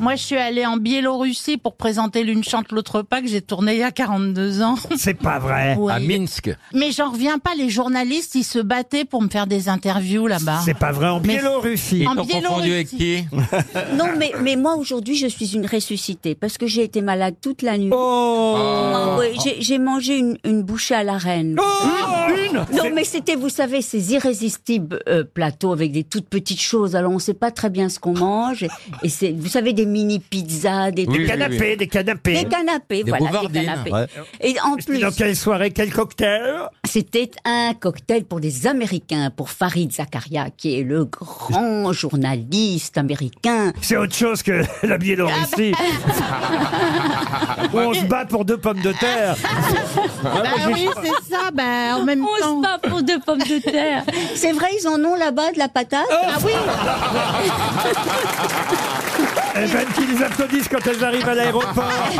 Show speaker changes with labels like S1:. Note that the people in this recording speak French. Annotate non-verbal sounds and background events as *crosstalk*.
S1: Moi, je suis allée en Biélorussie pour présenter l'une chante l'autre pas que j'ai tourné il y a 42 ans.
S2: C'est pas vrai.
S1: Ouais.
S3: À Minsk.
S1: Mais j'en reviens pas, les journalistes, ils se battaient pour me faire des interviews là-bas.
S2: C'est pas vrai en
S1: Mais-
S2: Biélorussie.
S3: Ils
S1: En
S3: t'ont confondu
S1: Biélorussie.
S3: avec qui
S4: Non, mais, mais moi aujourd'hui, je suis une ressuscitée parce que j'ai été malade toute la nuit. Ah
S2: Oh,
S4: ouais, j'ai- j'ai mangé une, une bouchée à la reine.
S3: Ah.
S2: Une
S4: Non, mais c'était, vous savez, ces irrésistibles euh, plateaux avec des toutes petites choses. Alors, on sait pas très bien ce qu'on mange. Et c'est, vous savez, des mini pizzas, des,
S3: Oui,
S2: Des canapés, des canapés.
S4: des canapés,
S3: Des
S4: voilà, des
S3: bouvardines,
S4: canapés.
S3: ouais.
S4: Et en plus,
S2: Dans quelle soirée, quel cocktail
S4: c'était un cocktail pour des Américains, pour Farid Zakaria, qui est le grand journaliste américain.
S2: C'est autre chose que la Biélorussie.
S3: Ah bah.
S2: Où *laughs* on se bat pour deux pommes de terre.
S1: Bah oui, c'est ça, bah en même temps.
S4: bat pour deux pommes de terre. C'est vrai, ils en ont là-bas de la patate.
S1: Ah oui,
S2: Eh ben, Elles qui les applaudissent quand elles arrivent à l'aéroport.